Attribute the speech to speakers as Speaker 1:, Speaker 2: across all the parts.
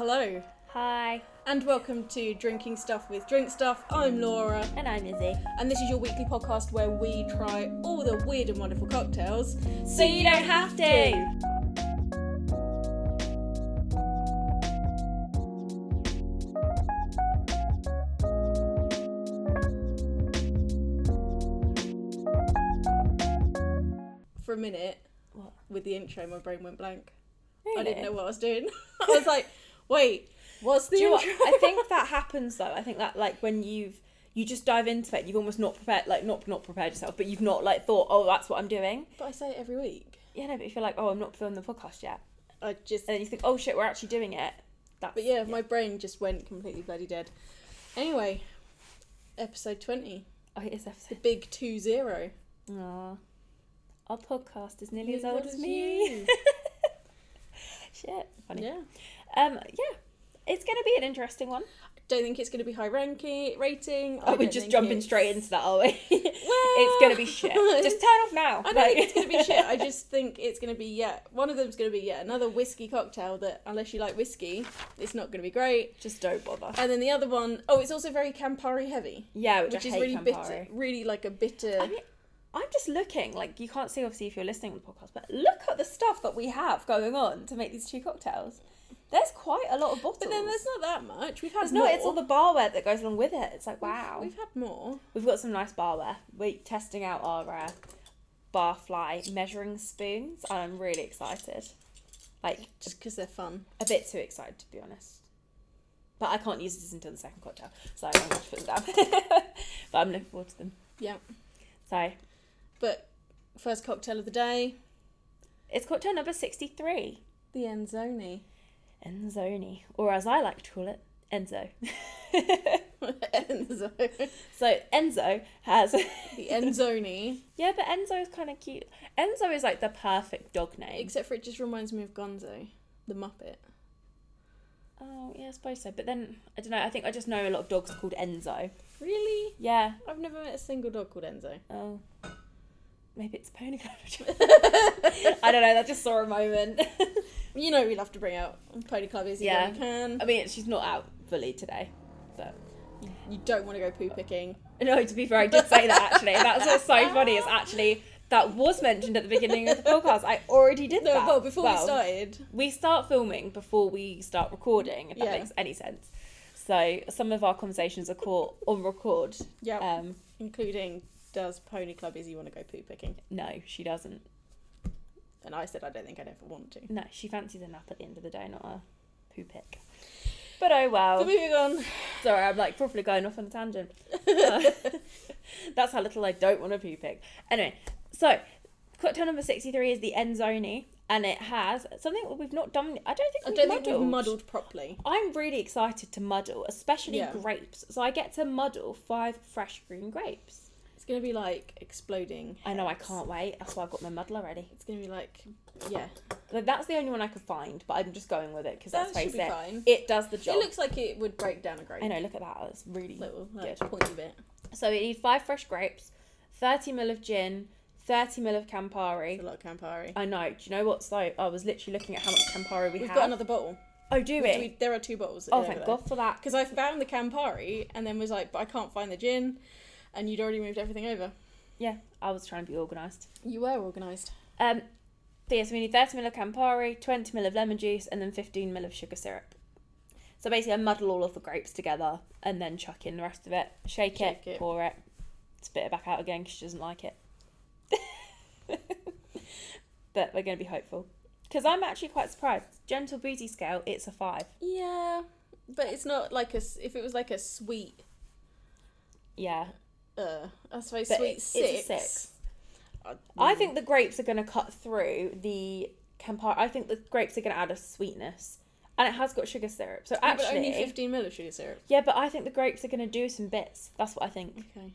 Speaker 1: Hello,
Speaker 2: Hi,
Speaker 1: and welcome to Drinking Stuff with Drink Stuff. I'm Laura,
Speaker 2: and I'm Izzy.
Speaker 1: and this is your weekly podcast where we try all the weird and wonderful cocktails.
Speaker 2: So you don't have to.
Speaker 1: For a minute,
Speaker 2: What?
Speaker 1: with the intro, my brain went blank.
Speaker 2: Really?
Speaker 1: I didn't know what I was doing. I was like, wait, what's the
Speaker 2: Do you know what?
Speaker 1: intro?
Speaker 2: I think that happens though. I think that like when you've you just dive into it, you've almost not prepared, like not not prepared yourself, but you've not like thought, oh, that's what I'm doing.
Speaker 1: But I say it every week.
Speaker 2: Yeah, no, but if you're like, oh, I'm not filming the podcast yet,
Speaker 1: I just.
Speaker 2: and then you think, oh shit, we're actually doing it. That's
Speaker 1: But yeah, my brain just went completely bloody dead. Anyway, episode 20,
Speaker 2: oh, it is
Speaker 1: the
Speaker 2: episode.
Speaker 1: big 2 0.
Speaker 2: Aw. our podcast is nearly as old as me. Shit, funny.
Speaker 1: yeah.
Speaker 2: Um, yeah, it's gonna be an interesting one.
Speaker 1: Don't think it's going to be high ranking rating. I
Speaker 2: Oh,
Speaker 1: don't
Speaker 2: we're just
Speaker 1: think
Speaker 2: jumping
Speaker 1: it's-
Speaker 2: straight into that, are we?
Speaker 1: Well-
Speaker 2: it's gonna be shit. Just turn off now.
Speaker 1: I don't
Speaker 2: Like-
Speaker 1: think it's going to be shit. I just think it's going to be yet one of them's going to be yet another whiskey cocktail that unless you like whiskey, it's not going to be great.
Speaker 2: just don't bother.
Speaker 1: And then the other one, oh, it's also very Campari heavy,
Speaker 2: Yeah, which,
Speaker 1: which
Speaker 2: I
Speaker 1: is
Speaker 2: hate
Speaker 1: really bitter,
Speaker 2: Campari.
Speaker 1: really like a bitter.
Speaker 2: I mean, I'm just looking. Like you can't see obviously if you're listening on the podcast, but look at the stuff that we have going on to make these two cocktails. There's quite a lot of bottles.
Speaker 1: but then there's not that much. We've had
Speaker 2: There's
Speaker 1: more.
Speaker 2: not. It's all the barware that goes along with it. It's like wow.
Speaker 1: We've had more.
Speaker 2: We've got some nice barware. We're testing out our uh, barfly measuring spoons, and I'm really excited. Like
Speaker 1: Just because they're fun.
Speaker 2: a bit too excited to be honest. But I can't use this until the second cocktail, so I'm gonna have to put them down. but I'm looking forward to them.
Speaker 1: Yeah.
Speaker 2: So
Speaker 1: But first cocktail of the day,
Speaker 2: it's cocktail number sixty-three,
Speaker 1: the Enzoni.
Speaker 2: Enzoni, or as I like to call it, Enzo.
Speaker 1: Enzo.
Speaker 2: so Enzo has
Speaker 1: The Enzoni.
Speaker 2: yeah, but Enzo is kind of cute. Enzo is like the perfect dog name.
Speaker 1: Except for it just reminds me of Gonzo, the Muppet.
Speaker 2: Oh yeah, I suppose so. But then I don't know. I think I just know a lot of dogs called Enzo.
Speaker 1: Really?
Speaker 2: Yeah.
Speaker 1: I've never met a single dog called Enzo.
Speaker 2: Oh. Maybe it's a pony. I don't know. That just saw a moment.
Speaker 1: You know we'll have to bring out Pony Club Izzy yeah.
Speaker 2: Yeah.
Speaker 1: when we can.
Speaker 2: I mean, she's not out fully today, but Um,
Speaker 1: You don't want to go poo picking.
Speaker 2: no. To be fair, I did say that actually. That's what's so funny. Is actually that was mentioned at the beginning of the podcast. I already did
Speaker 1: No,
Speaker 2: that.
Speaker 1: well, before we
Speaker 2: Well,
Speaker 1: started,
Speaker 2: we start filming before we start recording. If that
Speaker 1: Yeah.
Speaker 2: makes any sense. So some of our conversations are caught on record.
Speaker 1: yeah,
Speaker 2: Um,
Speaker 1: including does Pony Club Izzy want to go poo picking?
Speaker 2: no, she doesn't.
Speaker 1: And I said I don't think I'd ever want to.
Speaker 2: No, she fancies a nap at the end of the day, not a poo pick. But oh well.
Speaker 1: So moving on.
Speaker 2: Sorry, I'm like properly going off on a tangent. Uh, that's how little I don't want a poo pick. Anyway, so cocktail number 63 is the Enzoni, and it has something that we've not done. I don't think
Speaker 1: I
Speaker 2: we've
Speaker 1: don't
Speaker 2: muddled.
Speaker 1: think we've muddled properly.
Speaker 2: I'm really excited to muddle, especially
Speaker 1: Yeah.
Speaker 2: grapes. So I get to muddle five fresh green grapes.
Speaker 1: It's gonna be like exploding.
Speaker 2: I know I
Speaker 1: heads.
Speaker 2: can't wait. That's why I've got my muddler ready.
Speaker 1: It's gonna be like, yeah,
Speaker 2: But that's the only one I could find, but I'm just going with it because
Speaker 1: that
Speaker 2: that's
Speaker 1: should
Speaker 2: face
Speaker 1: be
Speaker 2: it.
Speaker 1: fine.
Speaker 2: It does the
Speaker 1: It
Speaker 2: job.
Speaker 1: looks like it would break down a grape.
Speaker 2: I know. Look at that. It's really
Speaker 1: Little like,
Speaker 2: Good.
Speaker 1: pointy bit.
Speaker 2: So we need five fresh grapes, 30 ml of gin, 30 ml of
Speaker 1: It's a
Speaker 2: Campari.
Speaker 1: lot of Campari.
Speaker 2: I know. Do you know what's though? I was literally looking at how much Campari we
Speaker 1: We've
Speaker 2: have.
Speaker 1: got another bottle.
Speaker 2: oh, do we?
Speaker 1: Do we- there are two bottles.
Speaker 2: oh, thank God for that.
Speaker 1: Because I found the Campari and then was like, but I can't find the gin, and you'd already moved everything over.
Speaker 2: Yeah, I was trying to be organised.
Speaker 1: You were organised.
Speaker 2: Um, so yes, we need 30 ml of Campari, 20 ml of lemon juice, and then 15 ml of sugar syrup. So basically, I muddle all of the grapes together and then chuck in the rest of it, shake,
Speaker 1: Shake
Speaker 2: it,
Speaker 1: it.
Speaker 2: pour it, spit it back out again because she doesn't like it. but we're going to be hopeful. Because I'm actually quite surprised. Gentle Booty Scale, it's a five.
Speaker 1: Yeah, but it's not like a. s- If it was like a sweet,
Speaker 2: Yeah.
Speaker 1: uh, I suppose
Speaker 2: But
Speaker 1: sweet
Speaker 2: it- it's
Speaker 1: six.
Speaker 2: a six.
Speaker 1: I'd-
Speaker 2: I think the grapes are going to cut through the Campari. I think the grapes are going to add a sweetness. And it has got sugar syrup. So
Speaker 1: Yeah, but
Speaker 2: actually.
Speaker 1: only fifteen ml of sugar syrup.
Speaker 2: Yeah, but I think the grapes are going to do some bits. That's what I think.
Speaker 1: Okay.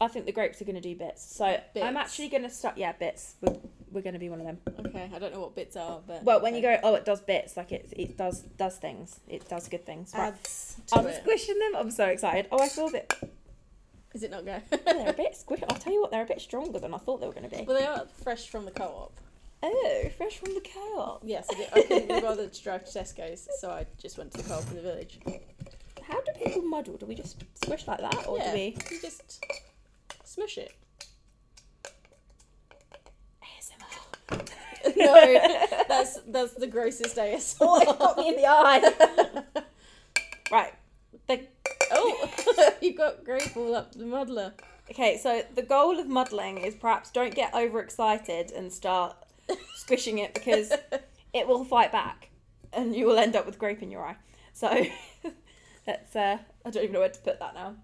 Speaker 2: I think the grapes are going to do bits. So
Speaker 1: Bits.
Speaker 2: I'm actually going to start. Yeah, bits. We're, we're going to be one of them.
Speaker 1: Okay. I don't know what bits are, but
Speaker 2: Well, when you go, oh, it does bits. Like it, it does does things. It does good things. Right.
Speaker 1: adds to
Speaker 2: I'm
Speaker 1: it.
Speaker 2: squishing them. I'm so excited. Oh, I feel a bit. oh,
Speaker 1: Is it not going?
Speaker 2: They're a bit squish. I'll tell you what, they're a bit stronger than I thought they were going to be.
Speaker 1: well, they are fresh from the co-op.
Speaker 2: Oh, fresh from the co-op.
Speaker 1: Yes, I, did. I couldn't be bothered to drive to Tesco's, so I just went to the co-op in the village.
Speaker 2: How do people muddle? Do we just squish like that, or
Speaker 1: yeah,
Speaker 2: do we?
Speaker 1: you just smush it. no, that's that's the grossest ASMR.
Speaker 2: Oh, it got me in the eye. right.
Speaker 1: Oh, you got grape all up the muddler.
Speaker 2: Okay, so the goal of muddling is perhaps don't get overexcited and start squishing it because it will fight back and you will end up with grape in your eye. So that's, uh, I don't even know where to put that now.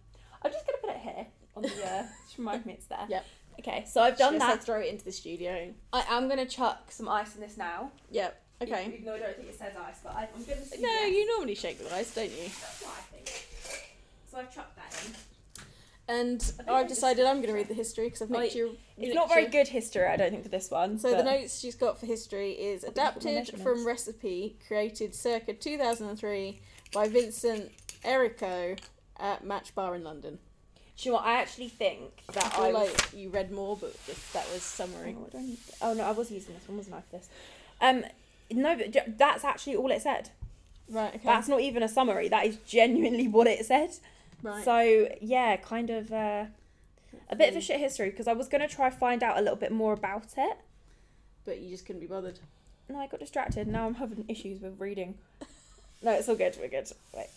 Speaker 2: I'm just going to put it here on the, uh, just remind me it's there.
Speaker 1: Yep.
Speaker 2: Okay, so I've done
Speaker 1: Should I
Speaker 2: that.
Speaker 1: Throw it into the studio.
Speaker 2: I am going to chuck some ice in this now.
Speaker 1: Yep. Okay.
Speaker 2: Even though I don't think it says ice, but I, I'm going to
Speaker 1: No, you normally shake the ice, don't you?
Speaker 2: That's what I think. So I've chucked that in.
Speaker 1: And
Speaker 2: think I
Speaker 1: I've
Speaker 2: just-
Speaker 1: decided I'm going to read the history because I've
Speaker 2: Oh,
Speaker 1: nicked
Speaker 2: it-
Speaker 1: your.
Speaker 2: It's
Speaker 1: nicked
Speaker 2: not very
Speaker 1: your-
Speaker 2: good history, I don't think, for this one.
Speaker 1: So the
Speaker 2: but-
Speaker 1: notes she's got for history is
Speaker 2: I'll put my
Speaker 1: adapted from
Speaker 2: measurements.
Speaker 1: recipe created circa 2003 by Vincent Errico at Match Bar in London.
Speaker 2: Do you know what? I actually think
Speaker 1: I
Speaker 2: that
Speaker 1: feel
Speaker 2: I, was.
Speaker 1: like you read more, but just, that was summary.
Speaker 2: Oh, I don't- oh, no, I was using this one, wasn't I? For this, um, no, but ju- that's actually all it said.
Speaker 1: Right. Okay.
Speaker 2: That's not even a summary. That is genuinely what it said.
Speaker 1: right.
Speaker 2: So yeah, kind of uh, a bit of a shit history because I was gonna try find out a little bit more about it.
Speaker 1: But you just couldn't be bothered.
Speaker 2: No, I got distracted. Now I'm having issues with reading. No, it's all good. We're good. Wait,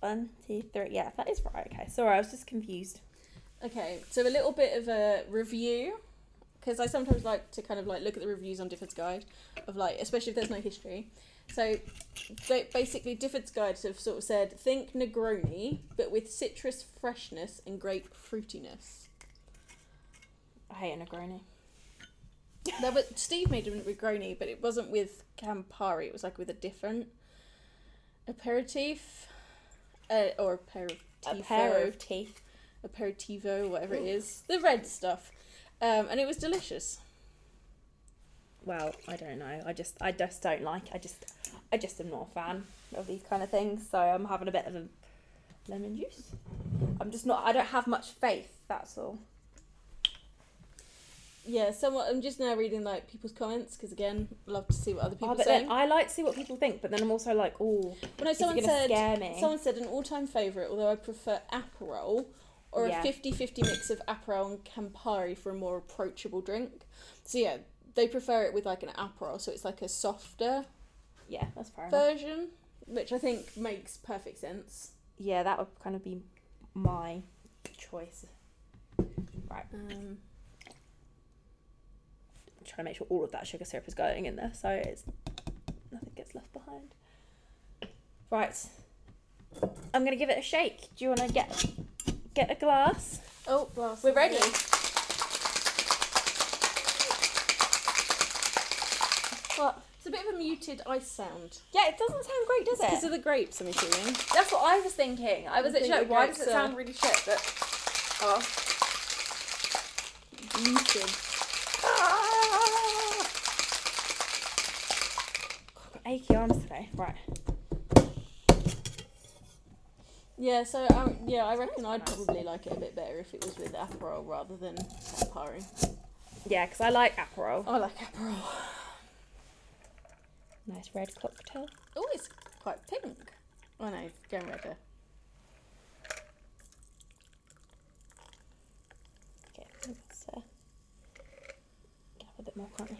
Speaker 2: one, two, three. Yeah, that is right. Okay, sorry, I was just confused.
Speaker 1: Okay, so a little bit of a review because I sometimes like to kind of like look at the reviews on Difford's Guide of like, especially if there's no history. So they, basically, Difford's Guide have sort of said think Negroni, but with citrus freshness and grape fruitiness.
Speaker 2: I hate a Negroni.
Speaker 1: There was, Steve made a Negroni, but it wasn't with Campari. It was like with a different aperitif, uh, or aperitif.
Speaker 2: A pair of teeth.
Speaker 1: aperitivo, whatever it is, the red stuff, um, and it was delicious.
Speaker 2: well, I don't know. I just I just don't like. I just I just am not a fan of these kind of things. So I'm having a bit of a lemon juice. I'm just not. I don't have much faith. That's all.
Speaker 1: Yeah, somewhat. I'm just now reading like people's comments because again, love to see what other people
Speaker 2: but
Speaker 1: say.
Speaker 2: then I like to see what people think. But then I'm also like, oh,
Speaker 1: But no,
Speaker 2: is it
Speaker 1: someone
Speaker 2: gonna
Speaker 1: said
Speaker 2: scare me?
Speaker 1: someone said an all-time favorite, although I prefer Aperol or
Speaker 2: Yeah.
Speaker 1: a 50-50 mix of Aperol and Campari for a more approachable drink. So yeah, they prefer it with like an Aperol, so it's like a softer
Speaker 2: Yeah, that's fair enough.
Speaker 1: version, which I think makes perfect sense.
Speaker 2: Yeah, that would kind of be my choice.
Speaker 1: Um,
Speaker 2: I'm trying to make sure all of that sugar syrup is going in there, so it's nothing gets left behind. Right. I'm gonna give it a shake. Do you want to get get a glass?
Speaker 1: oh, blast!
Speaker 2: We're ready. What?
Speaker 1: It's a bit of a muted ice sound.
Speaker 2: Yeah, it doesn't sound great, does
Speaker 1: Because
Speaker 2: it?
Speaker 1: of the grapes, I'm assuming.
Speaker 2: That's what I was thinking. I was
Speaker 1: I'm
Speaker 2: literally like,
Speaker 1: thinking
Speaker 2: why
Speaker 1: grapes
Speaker 2: does it
Speaker 1: are-
Speaker 2: sound really shit? But oh,
Speaker 1: Muted.
Speaker 2: ah! I've got Ah! achy arms today. Right.
Speaker 1: Yeah, so I, yeah, I reckon I'd
Speaker 2: nice.
Speaker 1: probably like it a bit better if it was with Aperol rather than Campari.
Speaker 2: Yeah, because I like Aperol.
Speaker 1: I like Aperol.
Speaker 2: Nice red cocktail.
Speaker 1: Oh, it's quite pink. Oh no, it's going redder.
Speaker 2: Okay, let's uh, get up a bit more, can't we?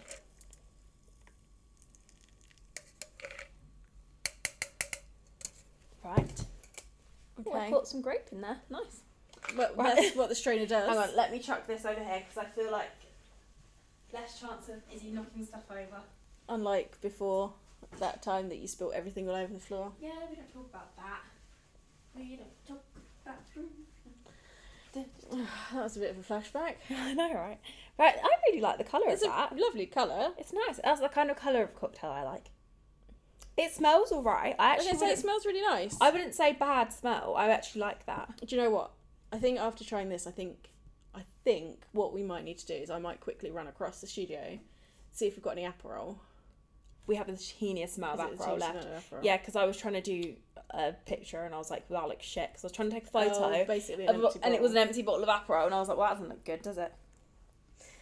Speaker 2: Right. Oh, I
Speaker 1: Okay.
Speaker 2: put some grape in there. Nice.
Speaker 1: But
Speaker 2: Right.
Speaker 1: that's what the strainer does.
Speaker 2: Hang on, let me chuck this over here because I feel like less chance of Izzy knocking stuff over.
Speaker 1: Unlike before that time that you spilt everything all over the floor.
Speaker 2: Yeah, we don't talk about that. We don't talk about.
Speaker 1: That was a bit of a flashback.
Speaker 2: I know, right? Right, I really like the colour
Speaker 1: It's
Speaker 2: of
Speaker 1: a
Speaker 2: that.
Speaker 1: lovely colour.
Speaker 2: It's nice. That's the kind of colour of cocktail I like. It smells alright. I
Speaker 1: Okay,
Speaker 2: actually
Speaker 1: so it
Speaker 2: wouldn't,
Speaker 1: smells really nice.
Speaker 2: I wouldn't say bad smell. I actually like that.
Speaker 1: Do you know what? I think after trying this, I think I think what we might need to do is I might quickly run across the studio, see if we've got any Aperol.
Speaker 2: We have the teeniest smell of
Speaker 1: Is it the
Speaker 2: Aperol
Speaker 1: taste of
Speaker 2: left.
Speaker 1: an Aperol?
Speaker 2: Yeah, because I was trying to do a picture and I was like, well, that looks shit. Because I was trying to take a photo.
Speaker 1: Oh, basically, an
Speaker 2: of-
Speaker 1: empty
Speaker 2: and it was an
Speaker 1: bottle.
Speaker 2: empty bottle of Aperol, and I was like, well, that doesn't look good, does it?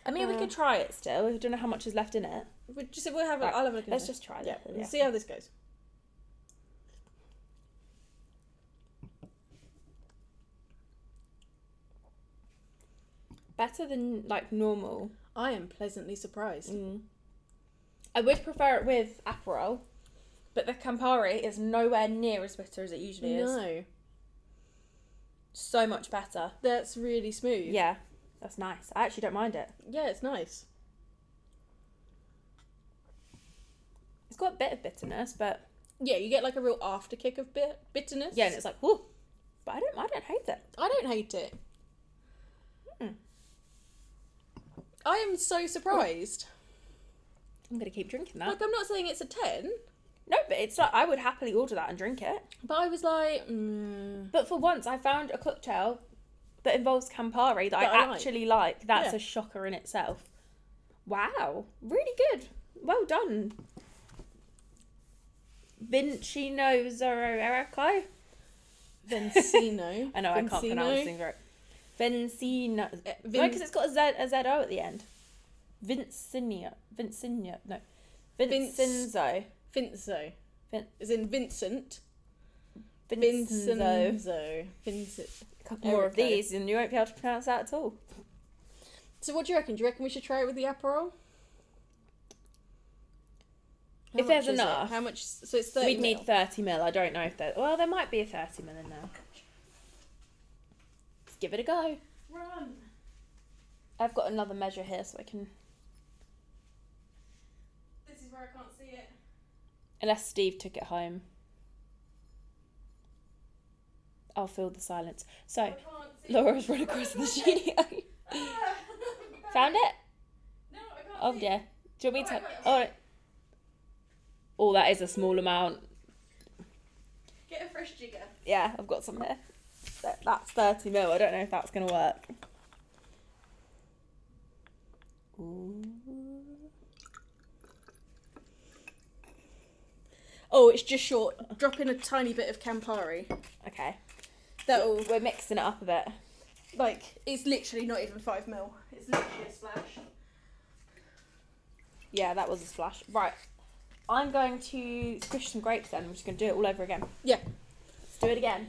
Speaker 2: I mean, we
Speaker 1: Uh.
Speaker 2: could try it still. We don't know how much is left in it.
Speaker 1: We just we'll have. A,
Speaker 2: Right.
Speaker 1: I'll have a look. at
Speaker 2: Let's
Speaker 1: it.
Speaker 2: just try
Speaker 1: yeah.
Speaker 2: that.
Speaker 1: and See how this goes.
Speaker 2: Better than like normal.
Speaker 1: I am pleasantly surprised.
Speaker 2: Mm. I would prefer it with Aperol, but the Campari is nowhere near as bitter as it usually is.
Speaker 1: No,
Speaker 2: So much better.
Speaker 1: that's really smooth.
Speaker 2: Yeah, that's nice. I actually don't mind it.
Speaker 1: yeah, it's nice.
Speaker 2: It's got a bit of bitterness, but
Speaker 1: Yeah, you get like a real after kick of bit bitterness.
Speaker 2: yeah, and it's like whoa. But I don't. I don't hate it.
Speaker 1: I don't hate it.
Speaker 2: Mm.
Speaker 1: I am so surprised.
Speaker 2: I'm gonna keep drinking that.
Speaker 1: Like I'm not saying it's a ten,
Speaker 2: No, but it's like I would happily order that and drink it.
Speaker 1: but I was like, mm,
Speaker 2: But for once, I found a cocktail that involves Campari that,
Speaker 1: That
Speaker 2: I,
Speaker 1: I like.
Speaker 2: actually like. That's
Speaker 1: Yeah.
Speaker 2: a shocker in itself. Wow, really good. Well done. Vincino Zoroerico.
Speaker 1: Vincino.
Speaker 2: I know I can't pronounce things right. Vincino.
Speaker 1: Uh,
Speaker 2: No,
Speaker 1: Vin-
Speaker 2: because it's got a Z a Z O at the end. Vincinio. Vincinio. No.
Speaker 1: Vince-
Speaker 2: Vincenzo.
Speaker 1: Vincenzo.
Speaker 2: Vin-
Speaker 1: As in Vincent.
Speaker 2: Vincenzo.
Speaker 1: Vincenzo. Vincent.
Speaker 2: A couple more of
Speaker 1: Erico.
Speaker 2: these, and you won't be able to pronounce that at all.
Speaker 1: So what do you reckon? Do you reckon we should try it with the Aperol? How
Speaker 2: If there's
Speaker 1: much is it?
Speaker 2: enough.
Speaker 1: How much? So it's 30
Speaker 2: We'd
Speaker 1: mil.
Speaker 2: need 30 mil. I don't know if there. Well, there might be a 30 mil in there. Let's give it a go.
Speaker 1: Run.
Speaker 2: I've got another measure here so I can.
Speaker 1: This is where I can't see it.
Speaker 2: Unless Steve took it home. I'll fill the silence. So, Laura's run across the studio. Found it?
Speaker 1: No, I can't
Speaker 2: Oh,
Speaker 1: see
Speaker 2: dear. Do you want me
Speaker 1: Alright,
Speaker 2: to.
Speaker 1: alright.
Speaker 2: Oh, oh, that is a small amount.
Speaker 1: Get a fresh jigger.
Speaker 2: Yeah, I've got some here. That- That's 30 mil. I don't know if that's going to work. Ooh.
Speaker 1: Oh, it's just short. Drop in a tiny bit of Campari.
Speaker 2: Okay.
Speaker 1: That'll
Speaker 2: We're mixing it up a bit.
Speaker 1: like it's literally not even five mil. It's literally a splash.
Speaker 2: Yeah, that was a splash. Right. I'm going to squish some grapes then. I'm just going to do it all over again.
Speaker 1: Yeah.
Speaker 2: Let's do it again.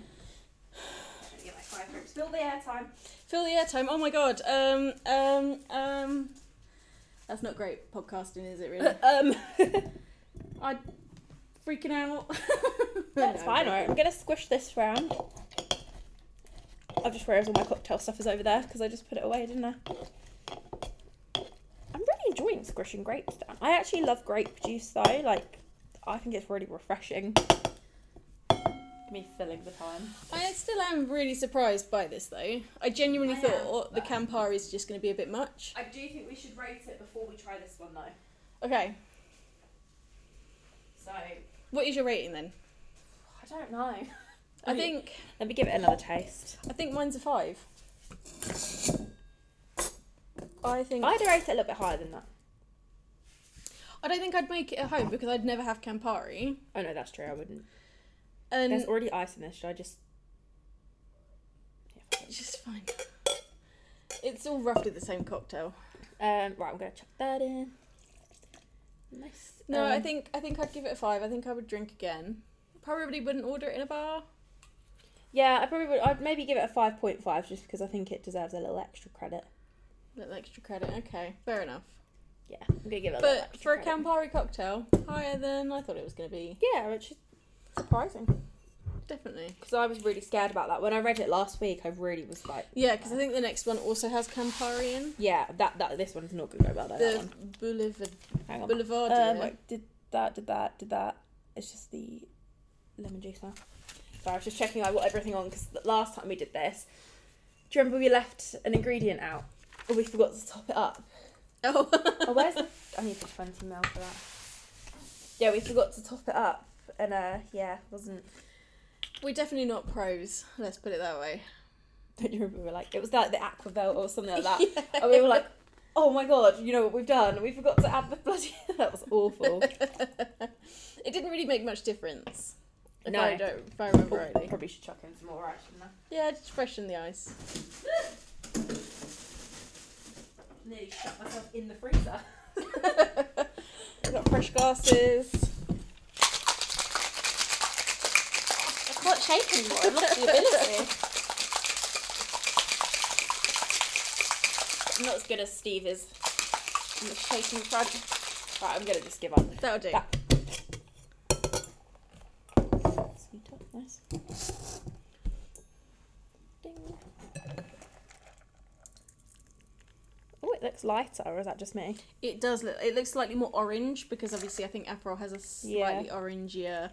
Speaker 2: Spill the air time.
Speaker 1: Fill the airtime. Oh my god. Um. Um. Um. That's not great podcasting, is it? Really?
Speaker 2: um,
Speaker 1: I freaking out.
Speaker 2: that's
Speaker 1: No,
Speaker 2: fine,
Speaker 1: no.
Speaker 2: alright. I'm going to squish this round. I've just realised all my cocktail stuff is over there because I just put it away, didn't I? I'm really enjoying squishing grapes down. I actually love grape juice though. Like, I think it's really refreshing. Me filling the time.
Speaker 1: I still am really surprised by this though. I genuinely
Speaker 2: I am,
Speaker 1: thought the
Speaker 2: but-
Speaker 1: Campari is just going to be a bit much.
Speaker 2: I do think we should rate it before we try this one though.
Speaker 1: Okay.
Speaker 2: So I
Speaker 1: What is your rating then?
Speaker 2: don't know.
Speaker 1: I
Speaker 2: Okay.
Speaker 1: think
Speaker 2: Let me give it another taste.
Speaker 1: I think mine's a five. I think
Speaker 2: I'd rate it a little bit higher than that.
Speaker 1: I don't think I'd make it at home because I'd never have Campari.
Speaker 2: Oh no, that's true. I wouldn't.
Speaker 1: And
Speaker 2: There's already ice in this. Should I just? Yeah, fuck
Speaker 1: it's just fine. It's all roughly the same cocktail.
Speaker 2: it. Um, right, I'm gonna chuck that in. Nice.
Speaker 1: No, I
Speaker 2: Um,
Speaker 1: think I think I'd give it a five. I think I would drink again. Probably wouldn't order it in a bar.
Speaker 2: Yeah, I probably would. I'd maybe give it a five point five just because I think it deserves a little extra credit.
Speaker 1: Little extra credit. Okay, fair enough.
Speaker 2: Yeah, I'm gonna give it. A little
Speaker 1: But
Speaker 2: extra
Speaker 1: for a
Speaker 2: credit.
Speaker 1: Campari cocktail, higher than I thought it was going to be.
Speaker 2: Yeah, which is surprising
Speaker 1: Definitely.
Speaker 2: because I was really scared about that when I read it last week. I really was like,
Speaker 1: Yeah, because I think the next one also has Campari in.
Speaker 2: yeah, that that this one's not gonna go well. though, that
Speaker 1: The
Speaker 2: one.
Speaker 1: Boulevard.
Speaker 2: Hang on.
Speaker 1: Boulevardier.
Speaker 2: Um, like, did that, did that, did that. It's just the lemon juice now. Sorry, I was just checking I got everything on because last time we did this, do you remember we left an ingredient out? Or we forgot to top it up.
Speaker 1: oh.
Speaker 2: Oh, where's the. I need the 20 mil for that. Yeah, we forgot to top it up. And uh, yeah, wasn't.
Speaker 1: We're definitely not pros. Let's put it that way.
Speaker 2: Don't you remember? We were like, it was like the Aquavelt or something like that. And we were like, oh my god, you know what we've done? We forgot to add the bloody. that was awful.
Speaker 1: it didn't really make much difference. If
Speaker 2: No. Oh.
Speaker 1: I don't, if I remember rightly.
Speaker 2: Probably should chuck in some more action now.
Speaker 1: Yeah, just freshen the ice.
Speaker 2: nearly shut myself in the freezer.
Speaker 1: We've got fresh glasses. I can't shake anymore. I've lost the ability.
Speaker 2: I'm not as good as Steve is. I'm just shaking front. Right, I'm gonna just give up.
Speaker 1: That'll do.
Speaker 2: That- Sweet up, nice. Ding. Oh, it looks lighter, or is that just me?
Speaker 1: It does look. It looks slightly more orange because obviously I think Aperol has a slightly orangier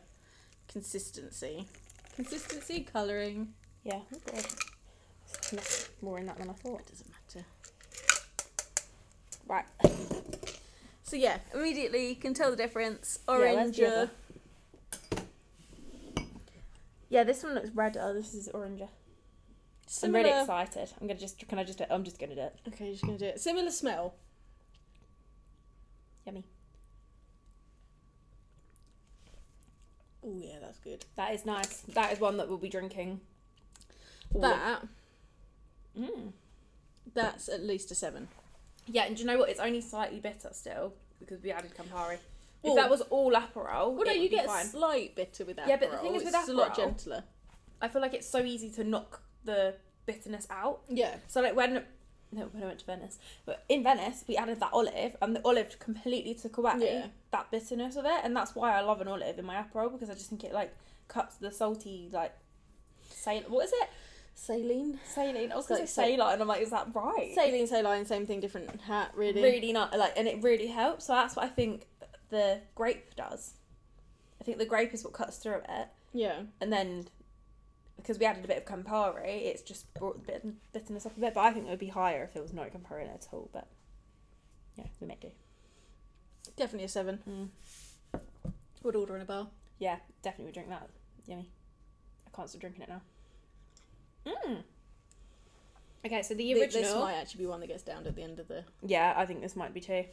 Speaker 1: consistency. Consistency, colouring.
Speaker 2: Yeah. oh, good. It's less- More in that than I thought.
Speaker 1: It doesn't matter.
Speaker 2: Right.
Speaker 1: So yeah, immediately you can tell the difference.
Speaker 2: Yeah, where's
Speaker 1: Orange.
Speaker 2: the other? Yeah, this one looks redder. This is oranger. I'm really excited. I'm gonna just. Can I just? do it? I'm just gonna do it.
Speaker 1: Okay, you're just gonna do it. Similar smell.
Speaker 2: Yummy.
Speaker 1: Oh yeah, that's good.
Speaker 2: That is nice. That is one that we'll be drinking. all of-
Speaker 1: That
Speaker 2: Mm.
Speaker 1: that's at least a seven.
Speaker 2: Yeah, and do you know what? It's only slightly bitter still because we added Campari.
Speaker 1: Well-
Speaker 2: if that was all Aperol,
Speaker 1: Well, no,
Speaker 2: it
Speaker 1: you
Speaker 2: would be
Speaker 1: get
Speaker 2: fine.
Speaker 1: slight bitter with Aperol.
Speaker 2: Yeah, but the thing is with
Speaker 1: it's a lot
Speaker 2: Aperol-
Speaker 1: gentler.
Speaker 2: I feel like it's so easy to knock the bitterness out.
Speaker 1: Yeah.
Speaker 2: So like when no, when I went to Venice, but in Venice we added that olive, and the olive completely took away
Speaker 1: Yeah.
Speaker 2: that bitterness of it, and that's why I love an olive in my Aperol because I just think it like cuts the salty like. Saline, what is it?
Speaker 1: Saline.
Speaker 2: Saline. I was gonna
Speaker 1: Like
Speaker 2: say saline, and I'm like, is that right?
Speaker 1: Saline, saline, same thing, different hat, really.
Speaker 2: really not like and it really helps so that's what i think the grape does i think the grape is what cuts through it
Speaker 1: Yeah.
Speaker 2: and then because we added a bit of campari it's just brought the bit bitterness up a bit but i think it would be higher if there was no campari in it at all but yeah we may do
Speaker 1: Definitely a seven.
Speaker 2: Mm.
Speaker 1: Would order in a bar.
Speaker 2: yeah definitely would drink that yummy i can't stop drinking it now mm. okay so the
Speaker 1: Th-
Speaker 2: original
Speaker 1: This might actually be one that gets downed at the end of the.
Speaker 2: yeah i think this might be too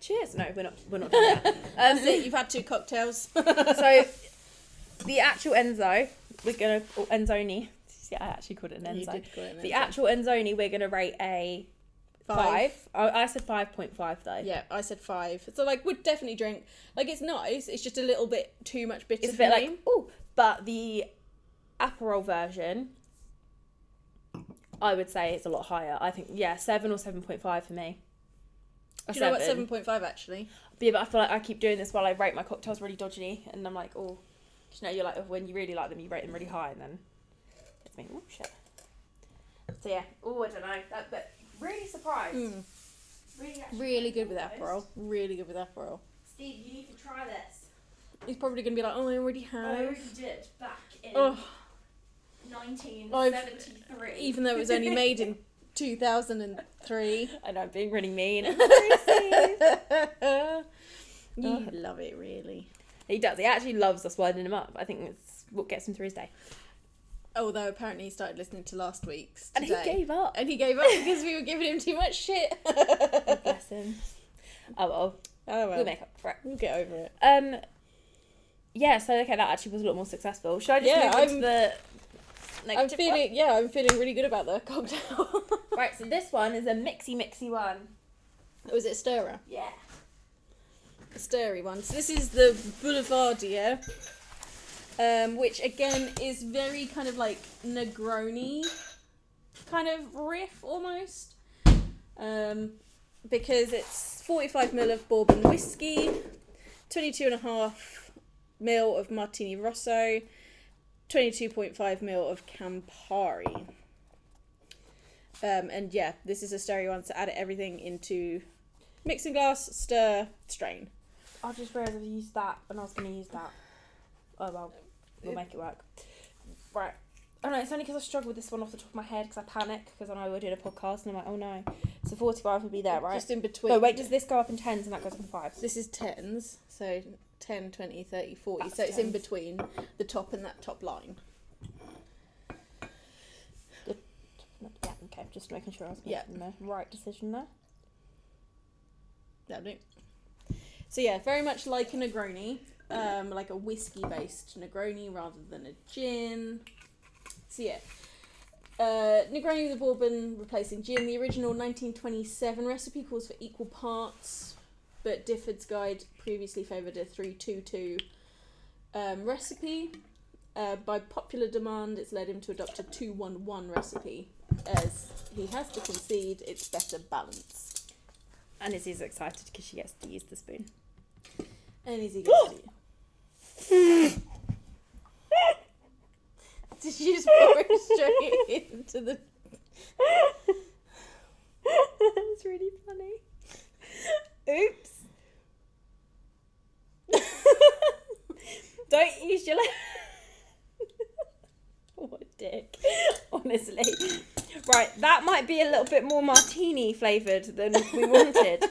Speaker 2: cheers no we're not we're not done yet. um,
Speaker 1: You've had two cocktails.
Speaker 2: so the actual Enzo, we're gonna or Enzoni. See, I actually called it an
Speaker 1: You
Speaker 2: Enzo.
Speaker 1: did call it an
Speaker 2: The
Speaker 1: Enzo.
Speaker 2: actual Enzoni, we're gonna rate a five. Oh, I, I said five point five though.
Speaker 1: Yeah, I said five. So like, would definitely drink. Like, it's nice. It's just a little bit too much bitter.
Speaker 2: it's a
Speaker 1: for
Speaker 2: bit
Speaker 1: me.
Speaker 2: like oh, but the Aperol version, I would say it's a lot higher. I think yeah, seven or seven point five for me. A
Speaker 1: Do you know what? Seven point five actually.
Speaker 2: Yeah, but I feel like I keep doing this while I rate my cocktails really dodgily, and I'm like, oh, 'cause you know, you're like when you really like them, you rate them really high, and then it's me, oh shit. So yeah, oh I don't know, that, but really surprised,
Speaker 1: Mm.
Speaker 2: really actually
Speaker 1: Really good with
Speaker 2: surprised.
Speaker 1: Aperol. Really good with Aperol.
Speaker 2: Steve, you need to try this.
Speaker 1: He's probably gonna be like, oh, I already
Speaker 2: I
Speaker 1: have.
Speaker 2: already did back in
Speaker 1: Oh,
Speaker 2: Oh. 1973.
Speaker 1: even though it was only made in two thousand and three.
Speaker 2: I know I'm being really mean.
Speaker 1: You love it, really.
Speaker 2: he does. He actually loves us winding him up. I think it's what gets him through his day.
Speaker 1: Although apparently he started listening to last week's
Speaker 2: And
Speaker 1: today.
Speaker 2: he gave up.
Speaker 1: And he gave up because we were giving him too much shit.
Speaker 2: God Bless him. Oh well,
Speaker 1: Oh
Speaker 2: Oh, we'll make up for it.
Speaker 1: We'll get over it.
Speaker 2: Um, yeah, so okay, that actually was a lot more successful. Should I just
Speaker 1: Yeah,
Speaker 2: move on to
Speaker 1: I'm-
Speaker 2: the
Speaker 1: I'm
Speaker 2: negative
Speaker 1: feeling, yeah, I'm feeling really good about the cocktail.
Speaker 2: one? Right, so this one is a mixy mixy one.
Speaker 1: Was it a stirrer?
Speaker 2: Yeah.
Speaker 1: A stirry one. So this is the Boulevardier, um, which again is very kind of like Negroni kind of riff almost. Um, because it's 45 ml of bourbon whiskey, 22 and a half ml of Martini Rosso, 22.5 ml of Campari. Um, and yeah, this is a stirry one, so add everything into mixing glass, stir, strain.
Speaker 2: I just realised I've used that and I was going to use that. Oh well, we'll make it work. Right. Oh no, it's only because I struggle with this one off the top of my head because I panic because I know we're doing a podcast and I'm like, oh no. So 45 would be there, right?
Speaker 1: Just in between.
Speaker 2: no, wait, does this go up in 10s and that goes up in 5s?
Speaker 1: This is tens, so 10, 20, 30, 40.
Speaker 2: That's
Speaker 1: so it's in
Speaker 2: tens.
Speaker 1: between the top and that top line.
Speaker 2: Yeah, okay, just making sure I was
Speaker 1: Yeah.
Speaker 2: making the right decision there.
Speaker 1: That'll do. So yeah, very much like a Negroni, um, like a whiskey based Negroni rather than a gin. So yeah, Uh, Negroni the Bourbon replacing gin. The original 1927 recipe calls for equal parts, but Difford's guide previously favoured a 322 um, recipe. Uh, by popular demand, it's led him to adopt a 211 recipe, as he has to concede it's better balanced.
Speaker 2: And Izzy's excited because she gets to use the spoon.
Speaker 1: And easy goes to you. Did you just pour it straight into the
Speaker 2: That's really funny. Oops. Don't use your left. what a dick. Honestly. Right, that might be a little bit more martini flavoured than we wanted.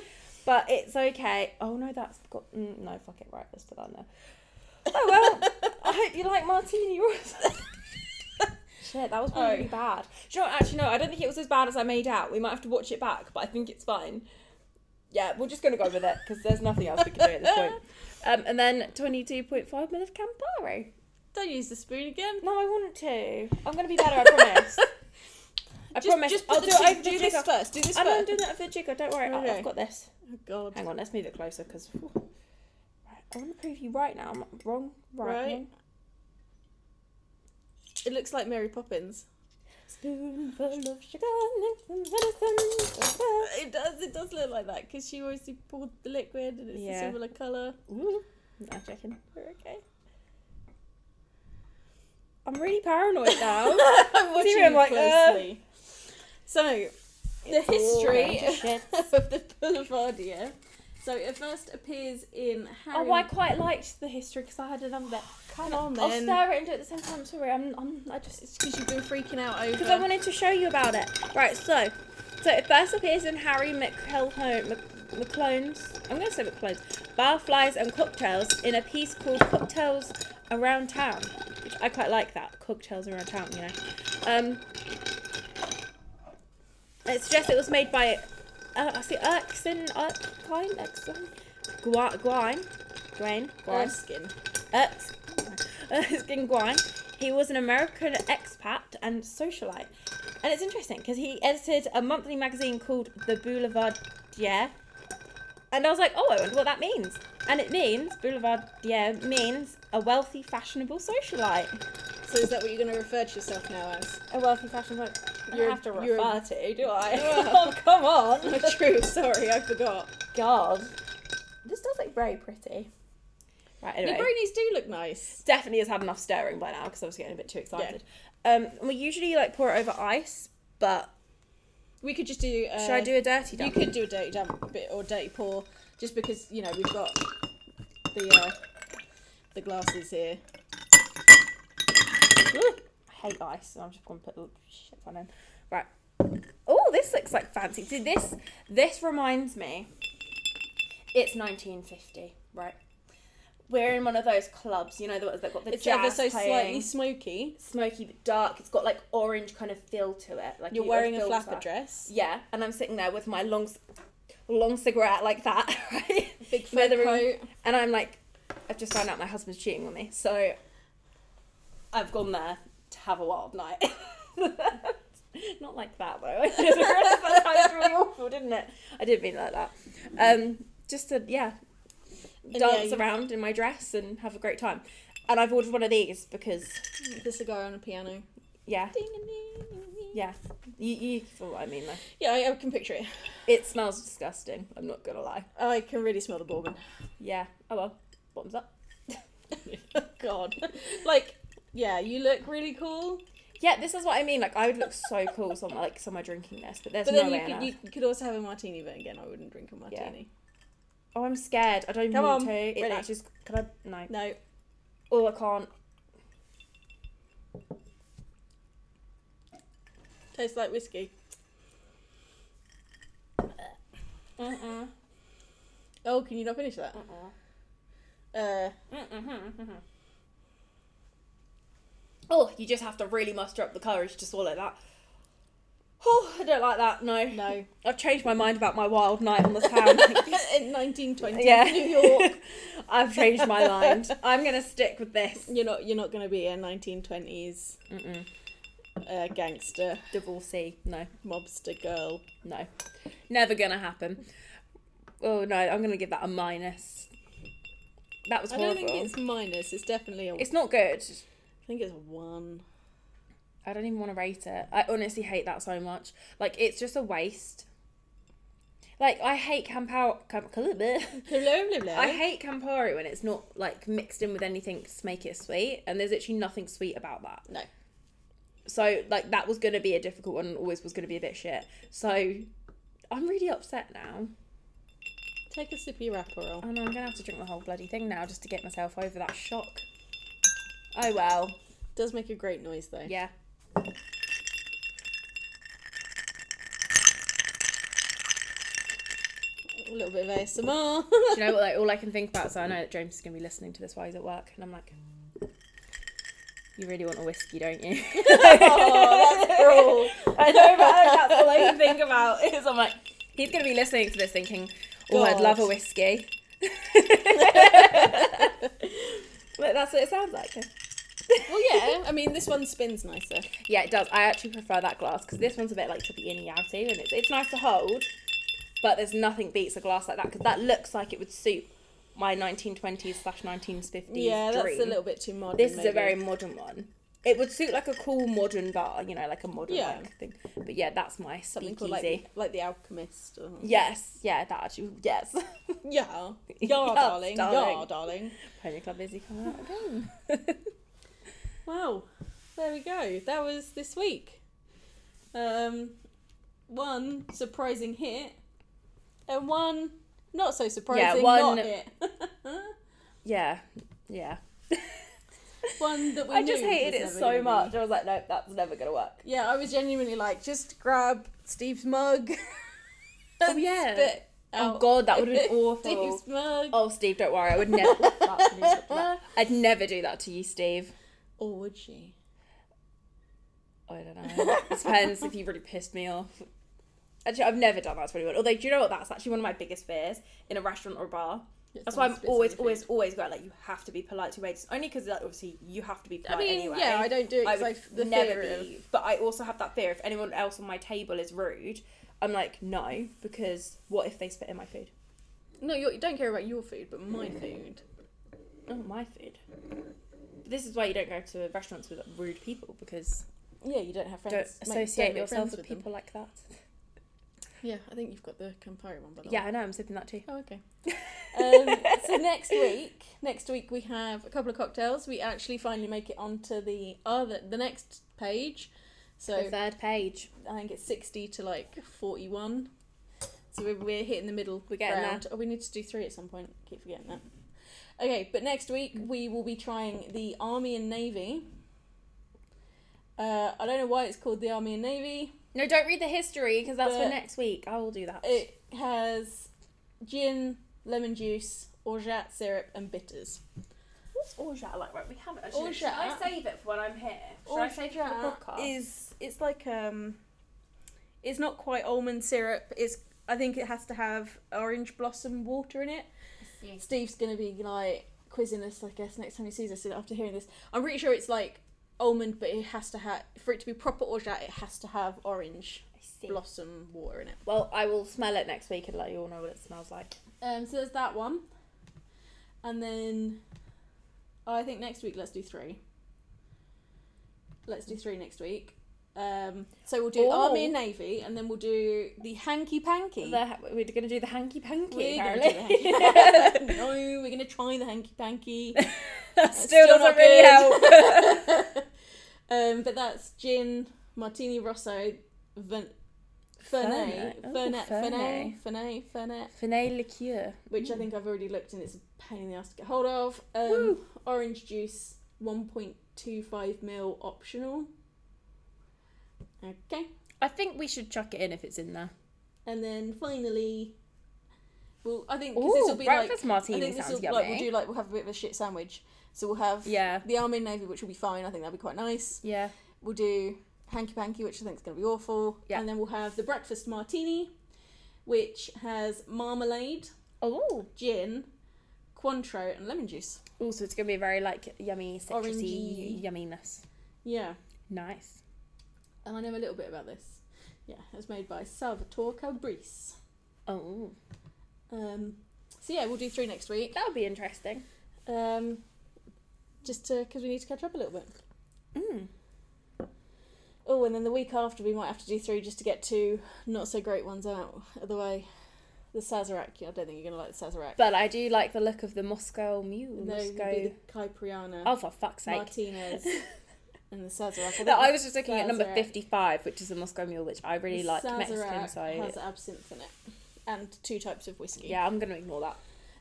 Speaker 2: But it's okay. Oh no, that's got mm, no. Fuck it. Right, let's put that in there. Oh well. I hope you like martini Ross. Shit, that was really
Speaker 1: Oh.
Speaker 2: bad. Do you know what? Actually, no. I don't think it was as bad as I made out. We might have to watch it back, but I think it's fine. Yeah, we're just gonna go with it because there's nothing else we can do at this point. Um, and then twenty-two point five mil of Campari.
Speaker 1: Don't use the spoon again.
Speaker 2: No, I want to. I'm gonna be better. I promise. I
Speaker 1: just,
Speaker 2: promise.
Speaker 1: Just put
Speaker 2: I'll
Speaker 1: the
Speaker 2: do it
Speaker 1: jig-
Speaker 2: over the
Speaker 1: do this
Speaker 2: jigger.
Speaker 1: first. Do this
Speaker 2: I'm not
Speaker 1: first.
Speaker 2: doing it over the jigger. Don't worry. I-
Speaker 1: Okay.
Speaker 2: I've got this.
Speaker 1: Oh God.
Speaker 2: Hang on, let's move it closer because right, I want to prove you right now. I'm wrong, right,
Speaker 1: Right.
Speaker 2: wrong.
Speaker 1: It looks like Mary Poppins.
Speaker 2: Spoonful of sugar, and some medicine.
Speaker 1: It does. It does look like that because she obviously poured the liquid and it's
Speaker 2: Yeah.
Speaker 1: a similar colour.
Speaker 2: Ooh, I'm checking. We're okay. I'm really paranoid now.
Speaker 1: I'm watching
Speaker 2: Zero, I'm
Speaker 1: you
Speaker 2: like, uh.
Speaker 1: closely. So the
Speaker 2: It's all
Speaker 1: history
Speaker 2: going to shit.
Speaker 1: of the Boulevardier. So it first appears in Harry.
Speaker 2: Oh, I quite liked the history because I had a number.
Speaker 1: Come on
Speaker 2: I'll
Speaker 1: then.
Speaker 2: stare at it and do it at the same time. Sorry, I'm. I'm I just.
Speaker 1: It's because you've been freaking out over.
Speaker 2: Because I wanted to show you about it. Right, so so it first appears in Harry McClelhone, Mc, McClone's, I'm going to say McClone's, Barflies and Cocktails in a piece called Cocktails Around Town. Which I quite like that, Cocktails Around Town, you know. Um, it suggests it was made by, uh, I see, Erkson, Erkine, Erkson, Gwa- Gwine, Gwine, Gwine.
Speaker 1: Erskine.
Speaker 2: Erks- Erskine Gwine. He was an American expat and socialite. And it's interesting because he edited a monthly magazine called The Boulevardier. And I was like, oh, I wonder what that means. And it means, Boulevardier means a wealthy, fashionable socialite.
Speaker 1: So is that what you're going to refer to yourself now as?
Speaker 2: A wealthy, fashionable. I
Speaker 1: You're-
Speaker 2: have to
Speaker 1: you're-
Speaker 2: refer to, do I?
Speaker 1: Oh.
Speaker 2: oh, come on.
Speaker 1: Oh, true. Sorry, I forgot.
Speaker 2: God. This does look very pretty. Right, anyway.
Speaker 1: Your bronies do look nice.
Speaker 2: definitely has had enough stirring by now because I was getting a bit too excited. Um, and we usually like pour it over ice, but
Speaker 1: We could just do. Uh,
Speaker 2: should I do a dirty
Speaker 1: You
Speaker 2: dump?
Speaker 1: could do a dirty dump bit or dirty pour, just because you know we've got the uh, the glasses here.
Speaker 2: Ooh, I hate ice, so I'm just gonna put a little shit on in. Right. Oh, this looks like fancy. See, this this reminds me. It's 1950, right? We're in one of those clubs, you know, the ones that got the
Speaker 1: It's
Speaker 2: jazz
Speaker 1: ever so slightly
Speaker 2: playing.
Speaker 1: smoky.
Speaker 2: smoky but dark. It's got like orange kind of feel to it. Like
Speaker 1: You're
Speaker 2: you-
Speaker 1: wearing a
Speaker 2: filter.
Speaker 1: flapper dress.
Speaker 2: Yeah, and I'm sitting there with my long, c- long cigarette like that, right?
Speaker 1: Big fur
Speaker 2: Feathering.
Speaker 1: coat.
Speaker 2: And I'm like, I've just found out my husband's cheating on me, so I've gone there to have a wild night. Not like that though. I just realised that sounded really awful, didn't it? I didn't mean it like that. Um, just to yeah,
Speaker 1: And yeah,
Speaker 2: dance
Speaker 1: you-
Speaker 2: around in my dress and have a great time. And I've ordered one of these because
Speaker 1: The cigar on a piano.
Speaker 2: yeah,
Speaker 1: Yeah,
Speaker 2: yeah, you you feel what I mean though.
Speaker 1: yeah, I, I can picture it.
Speaker 2: It smells disgusting. I'm not gonna lie.
Speaker 1: I can really smell the bourbon.
Speaker 2: Yeah. Oh well. Bottoms up.
Speaker 1: God, like yeah, you look really cool.
Speaker 2: Yeah, this is what I mean. Like I would look so cool somewhere like somewhere drinking this, but there's
Speaker 1: but
Speaker 2: no
Speaker 1: then
Speaker 2: way.
Speaker 1: you
Speaker 2: on
Speaker 1: could
Speaker 2: earth.
Speaker 1: you could also have a martini, but again, I wouldn't drink a martini.
Speaker 2: Oh, I'm scared. I don't
Speaker 1: Come
Speaker 2: want
Speaker 1: on,
Speaker 2: to. It
Speaker 1: ready.
Speaker 2: actually is- can I? No.
Speaker 1: No,
Speaker 2: Oh, I can't.
Speaker 1: tastes like whiskey.
Speaker 2: Mm-mm.
Speaker 1: Oh, can you not finish that?
Speaker 2: Mm-mm.
Speaker 1: Uh,
Speaker 2: Mm-mm. Oh, you just have to really muster up the courage to swallow that. Oh, I don't like that. No.
Speaker 1: no.
Speaker 2: I've changed my mind about my wild night on the town.
Speaker 1: in 1920
Speaker 2: yeah.
Speaker 1: New York.
Speaker 2: I've changed my mind. I'm gonna stick with this.
Speaker 1: You're not you're not going to be a 1920s
Speaker 2: Mm-mm.
Speaker 1: uh, gangster
Speaker 2: Divorcee. No,
Speaker 1: mobster girl.
Speaker 2: no. Never gonna happen. Oh no, I'm gonna give that a minus. That was
Speaker 1: I
Speaker 2: horrible.
Speaker 1: don't think it's minus. It's definitely a.
Speaker 2: It's not good.
Speaker 1: I think it's a one.
Speaker 2: I don't even want to rate it. I honestly hate that so much. Like it's just a waste. Like I hate Campari. Camp-
Speaker 1: Blah, blah, blah, blah.
Speaker 2: I hate Campari when it's not like mixed in with anything to make it sweet, and there's actually nothing sweet about that.
Speaker 1: No.
Speaker 2: So like that was gonna be a difficult one. and Always was gonna be a bit shit. So I'm really upset now.
Speaker 1: Take a sip of your Aperol.
Speaker 2: I know Oh, I'm gonna have to drink the whole bloody thing now just to get myself over that shock. Oh well.
Speaker 1: Does make a great noise though.
Speaker 2: Yeah.
Speaker 1: A little bit of ASMR.
Speaker 2: Do you know what? Like, all I can think about. So I know that James is gonna be listening to this while he's at work, and I'm like, you really want a whiskey, don't you?
Speaker 1: oh, that's cruel.
Speaker 2: I know, but that's all I can think about is I'm like, he's gonna be listening to this thinking, oh, I'd
Speaker 1: God.
Speaker 2: love a whiskey. but that's what it sounds like.
Speaker 1: Well, yeah. I mean, this one spins nicer.
Speaker 2: Yeah, it does. I actually prefer that glass because this one's a bit like chippy in outy, and it's it's nice to hold, but there's nothing beats a glass like that because that looks like it would suit my 1920s slash 1950s
Speaker 1: Yeah, that's
Speaker 2: dream.
Speaker 1: a little bit too modern.
Speaker 2: This is a
Speaker 1: maybe.
Speaker 2: very modern one. It would suit like a cool modern bar, you know, like a modern
Speaker 1: Yeah.
Speaker 2: like thing. But yeah, that's my
Speaker 1: something
Speaker 2: speakeasy.
Speaker 1: called like like the alchemist. Or...
Speaker 2: Yes, yeah, that actually, yes.
Speaker 1: Yeah.
Speaker 2: Yes,
Speaker 1: Yeah, darling. Yeah,
Speaker 2: darling.
Speaker 1: darling.
Speaker 2: Pony Club Lizzie coming out again.
Speaker 1: Wow. There we go. That was this week. Um, one surprising hit, and one not so surprising
Speaker 2: one-
Speaker 1: not hit.
Speaker 2: Yeah, yeah.
Speaker 1: one that we
Speaker 2: I just
Speaker 1: knew
Speaker 2: hated it
Speaker 1: was never
Speaker 2: so
Speaker 1: gonna be.
Speaker 2: much. I was like, no, that's never gonna work.
Speaker 1: Yeah, I was genuinely like, just grab Steve's mug.
Speaker 2: Oh, yeah.
Speaker 1: spit
Speaker 2: Oh
Speaker 1: out
Speaker 2: god, that would have been awful.
Speaker 1: Steve's mug.
Speaker 2: Oh, Steve, don't worry. I would never. That's really good for that. I'd never do that to you, Steve.
Speaker 1: Or would she?
Speaker 2: I don't know. It depends if you really pissed me off. Actually, I've never done that to anyone. Although, do you know what? That's actually one of my biggest fears in a restaurant or a bar. That's why I'm always, always, always going like you have to be polite to waiters. Only because like, obviously you have to be
Speaker 1: I
Speaker 2: polite
Speaker 1: mean,
Speaker 2: anyway.
Speaker 1: yeah, I don't do it
Speaker 2: I
Speaker 1: because
Speaker 2: would
Speaker 1: I've the
Speaker 2: never
Speaker 1: fear of
Speaker 2: be. But I also have that fear if anyone else on my table is rude, I'm like no because what if they spit in my food?
Speaker 1: No, you're, you don't care about your food, but my
Speaker 2: Mm.
Speaker 1: food.
Speaker 2: Oh, my food. This is why you don't go to restaurants with rude people because
Speaker 1: Yeah, you don't have friends.
Speaker 2: don't associate yourself with,
Speaker 1: them.
Speaker 2: people like that.
Speaker 1: Yeah, I think you've got the Campari one, by the
Speaker 2: Yeah,
Speaker 1: way.
Speaker 2: I know. I'm sipping that too.
Speaker 1: Oh, okay. um, so next week, next week we have a couple of cocktails. We actually finally make it onto the other, the next page. So
Speaker 2: The third page.
Speaker 1: I think it's sixty to like forty-one. So we're, we're hitting the middle.
Speaker 2: We're getting
Speaker 1: ground. Oh, we need to do three at some point. Keep forgetting that. Okay, but next week we will be trying the Army and Navy. Uh, I don't know why it's called the Army and Navy.
Speaker 2: No, don't read the history because that's for
Speaker 1: But-
Speaker 2: next week. I will do that.
Speaker 1: It has gin, lemon juice, orgeat syrup, and bitters.
Speaker 2: What's orgeat like? Right, we haven't.
Speaker 1: actually- should I Orgeat-
Speaker 2: save it for when I'm here?
Speaker 1: Orgeat Is it's like um, it's not quite almond syrup. It's I think it has to have orange blossom water in it. Steve's gonna be like quizzing us, I guess, next time he sees us. so After hearing this, I'm pretty sure it's like almond, but it has to have for it to be proper orgeat, it has to have orange blossom water in it.
Speaker 2: Well, I will smell it next week and let you all know what it smells like.
Speaker 1: Um, so there's that one, and then oh, I think next week let's do three. Let's do three next week. Um, so we'll do
Speaker 2: Ooh.
Speaker 1: army and navy, and then we'll do the hanky panky.
Speaker 2: Oh. The ha- we're going to do the hanky panky.
Speaker 1: We're gonna
Speaker 2: Apparently,
Speaker 1: do the hanky- no, we're gonna try the hanky panky.
Speaker 2: that
Speaker 1: That's
Speaker 2: still,
Speaker 1: still not
Speaker 2: doesn't really help.
Speaker 1: good. um, but that's gin, martini rosso, vin- fernet,
Speaker 2: Fernet. Oh,
Speaker 1: fernet, fernet,
Speaker 2: fernet.
Speaker 1: fernet, fernet,
Speaker 2: Finet liqueur.
Speaker 1: which I think
Speaker 2: Mm.
Speaker 1: I've already looked and it's a pain in the ass to get hold of. Um,
Speaker 2: Woo.
Speaker 1: orange juice, 1.25 mil optional. Okay.
Speaker 2: I think we should chuck it in if it's in there.
Speaker 1: And then finally, well, I think because this will
Speaker 2: Ooh,
Speaker 1: be like,
Speaker 2: breakfast
Speaker 1: I
Speaker 2: martini
Speaker 1: think this
Speaker 2: sounds
Speaker 1: will
Speaker 2: yummy.
Speaker 1: like we'll do like we'll have a bit of a shit sandwich. So we'll have
Speaker 2: yeah,
Speaker 1: the army and navy, which will be fine. I think that'll be quite nice.
Speaker 2: yeah.
Speaker 1: We'll do hanky panky, which I think is going to be awful.
Speaker 2: Yeah.
Speaker 1: And then we'll have the breakfast martini, which has marmalade,
Speaker 2: Oh,
Speaker 1: gin, Cointreau, and lemon juice.
Speaker 2: also it's going to be very like yummy, citrusy
Speaker 1: Orangey.
Speaker 2: yumminess.
Speaker 1: Yeah.
Speaker 2: Nice.
Speaker 1: and I know a little bit about this. Yeah, it was made by Salvatore Calabrese.
Speaker 2: Oh,
Speaker 1: Um, so yeah, we'll do three next week.
Speaker 2: that would be interesting.
Speaker 1: Um, just because we need to catch up a little bit.
Speaker 2: Mm.
Speaker 1: Oh, and then the week after we might have to do three just to get two not so great ones out of the way. The Sazerac. I don't think you're gonna like the Sazerac.
Speaker 2: But I do like the look of the Moscow mule.
Speaker 1: no, it would
Speaker 2: Moscow.
Speaker 1: be the Caipriana,
Speaker 2: Oh, for fuck's sake.
Speaker 1: Martinez, and the Sazerac. think
Speaker 2: No, I was just looking at number
Speaker 1: Sazerac-
Speaker 2: 55, which is the Moscow Mule, which I really
Speaker 1: the
Speaker 2: like.
Speaker 1: Sazerac
Speaker 2: Mexican, so.
Speaker 1: has absinthe in it and two types of whiskey.
Speaker 2: Yeah, I'm going to ignore that.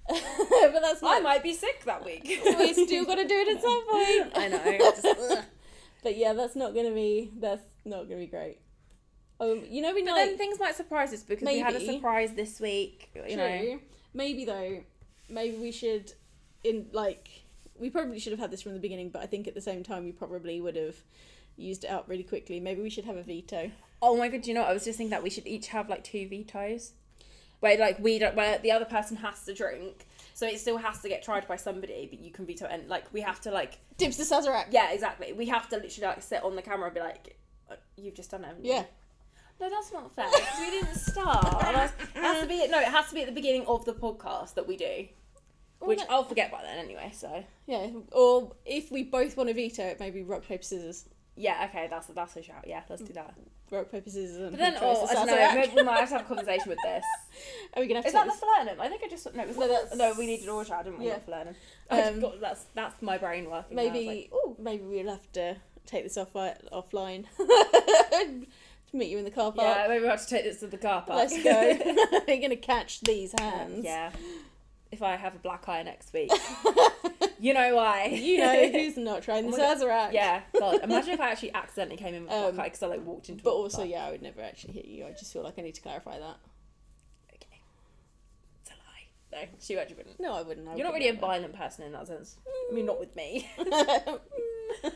Speaker 1: but that's not.
Speaker 2: might be sick that week.
Speaker 1: we still got to do it at some point.
Speaker 2: I know. Just, ugh.
Speaker 1: But yeah, that's not gonna be that's not gonna be great. Oh, you know we
Speaker 2: but
Speaker 1: know
Speaker 2: then things might surprise us because we had a
Speaker 1: Maybe.
Speaker 2: surprise this week. You know.
Speaker 1: true. Maybe though, maybe we should in like we probably should have had this from the beginning, but I think at the same time we probably would have used it up really quickly. Maybe we should have a veto.
Speaker 2: Oh my god! Do you know? what? I was just thinking that we should each have like two vetoes, where like we don't, where the other person has to drink, so it still has to get tried by somebody, but you can veto and like we have to like
Speaker 1: Dibs to Sazerac.
Speaker 2: yeah exactly we have to literally like sit on the camera and be like "Uh, you've just done it. haven't you?"
Speaker 1: Yeah.
Speaker 2: No, that's not fair because we didn't start. And that's- it has to be no, it has to be at the beginning of the podcast that we do,
Speaker 1: Or
Speaker 2: which
Speaker 1: no-
Speaker 2: I'll forget by then anyway. So
Speaker 1: yeah. Or if we both want a veto, it may be rock paper scissors.
Speaker 2: yeah, okay, that's that's a shout. Yeah, let's do that.
Speaker 1: Rock paper scissors. And
Speaker 2: But then,
Speaker 1: who tries
Speaker 2: oh,
Speaker 1: the
Speaker 2: I don't know.
Speaker 1: Sazerac?
Speaker 2: Maybe we might have to have a conversation with this.
Speaker 1: Are we gonna have
Speaker 2: Is
Speaker 1: to?
Speaker 2: that the
Speaker 1: take
Speaker 2: flirting? I think I just no. It was
Speaker 1: No,
Speaker 2: no,
Speaker 1: that's-
Speaker 2: no. We needed Orchard, didn't we?
Speaker 1: Yeah.
Speaker 2: Not flirting. I just
Speaker 1: Um,
Speaker 2: got- that's that's my brain working. now.
Speaker 1: this-
Speaker 2: It's
Speaker 1: maybe.
Speaker 2: like,
Speaker 1: oh, maybe we'll have to take this off offline. to meet you in the car park.
Speaker 2: yeah, maybe we have to take this to the car park.
Speaker 1: Let's go. We're gonna catch these hands.
Speaker 2: yeah. If I have a black eye next week, you know why.
Speaker 1: You know who's not trying the
Speaker 2: Oh my
Speaker 1: Sazerac.
Speaker 2: Yeah, God. Imagine if I actually accidentally came in with a
Speaker 1: Um,
Speaker 2: black eye because I like walked into.
Speaker 1: But
Speaker 2: a
Speaker 1: also,
Speaker 2: black-
Speaker 1: yeah, I would never actually hit you. I just feel like I need to clarify that.
Speaker 2: Okay. It's a lie. No, she actually wouldn't.
Speaker 1: No, I wouldn't. I
Speaker 2: You're not
Speaker 1: would
Speaker 2: really a
Speaker 1: never.
Speaker 2: violent person in that sense. I mean, not with me. I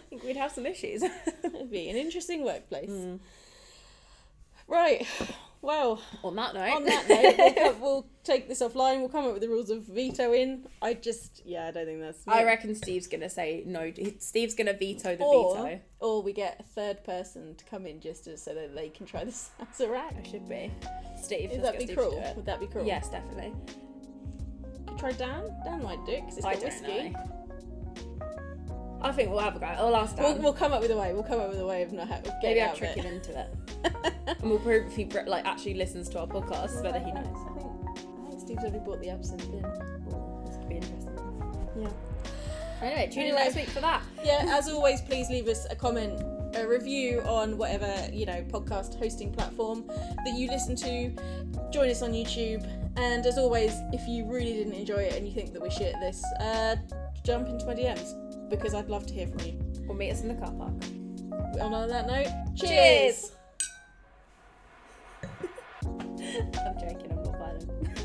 Speaker 2: think we'd have some issues.
Speaker 1: It'd be an interesting workplace. Right. Well,
Speaker 2: On that note,
Speaker 1: on that note, we'll, come- we'll take this offline. We'll come up with the rules of veto in. I just, yeah, I don't think that's.
Speaker 2: I reckon Steve's gonna say no. Steve's gonna veto the
Speaker 1: Or-
Speaker 2: veto.
Speaker 1: Or we get a third person to come in just as, so that they can try the Sazerac.
Speaker 2: I should be. Steve,
Speaker 1: Would
Speaker 2: let's
Speaker 1: that
Speaker 2: get
Speaker 1: be
Speaker 2: Steve to do
Speaker 1: cruel?
Speaker 2: it.
Speaker 1: Would that be cruel?
Speaker 2: Yes, definitely.
Speaker 1: Could try Dan. Dan might do because it's
Speaker 2: I
Speaker 1: got
Speaker 2: don't
Speaker 1: whiskey.
Speaker 2: know. I think we'll have a go. I'll ask Dan.
Speaker 1: We'll, we'll come up with a way. We'll come up with a way of not having.
Speaker 2: Maybe I'll trick him into it, and we'll prove if he like actually listens to our podcast whether he knows.
Speaker 1: I think, I think Steve's already bought the absinthe in.
Speaker 2: This could be interesting.
Speaker 1: Yeah.
Speaker 2: Anyway, tune in
Speaker 1: Anyway.
Speaker 2: next week for that.
Speaker 1: Yeah. As always, please leave us a comment, a review on whatever you know podcast hosting platform that you listen to. Join us on YouTube. And as always, if you really didn't enjoy it and you think that we're shit at this, uh, jump into my DMs because I'd love to hear from you.
Speaker 2: Or meet us in the car park.
Speaker 1: And on that note,
Speaker 2: Cheers.
Speaker 1: cheers.
Speaker 2: I'm joking, I'm not violent.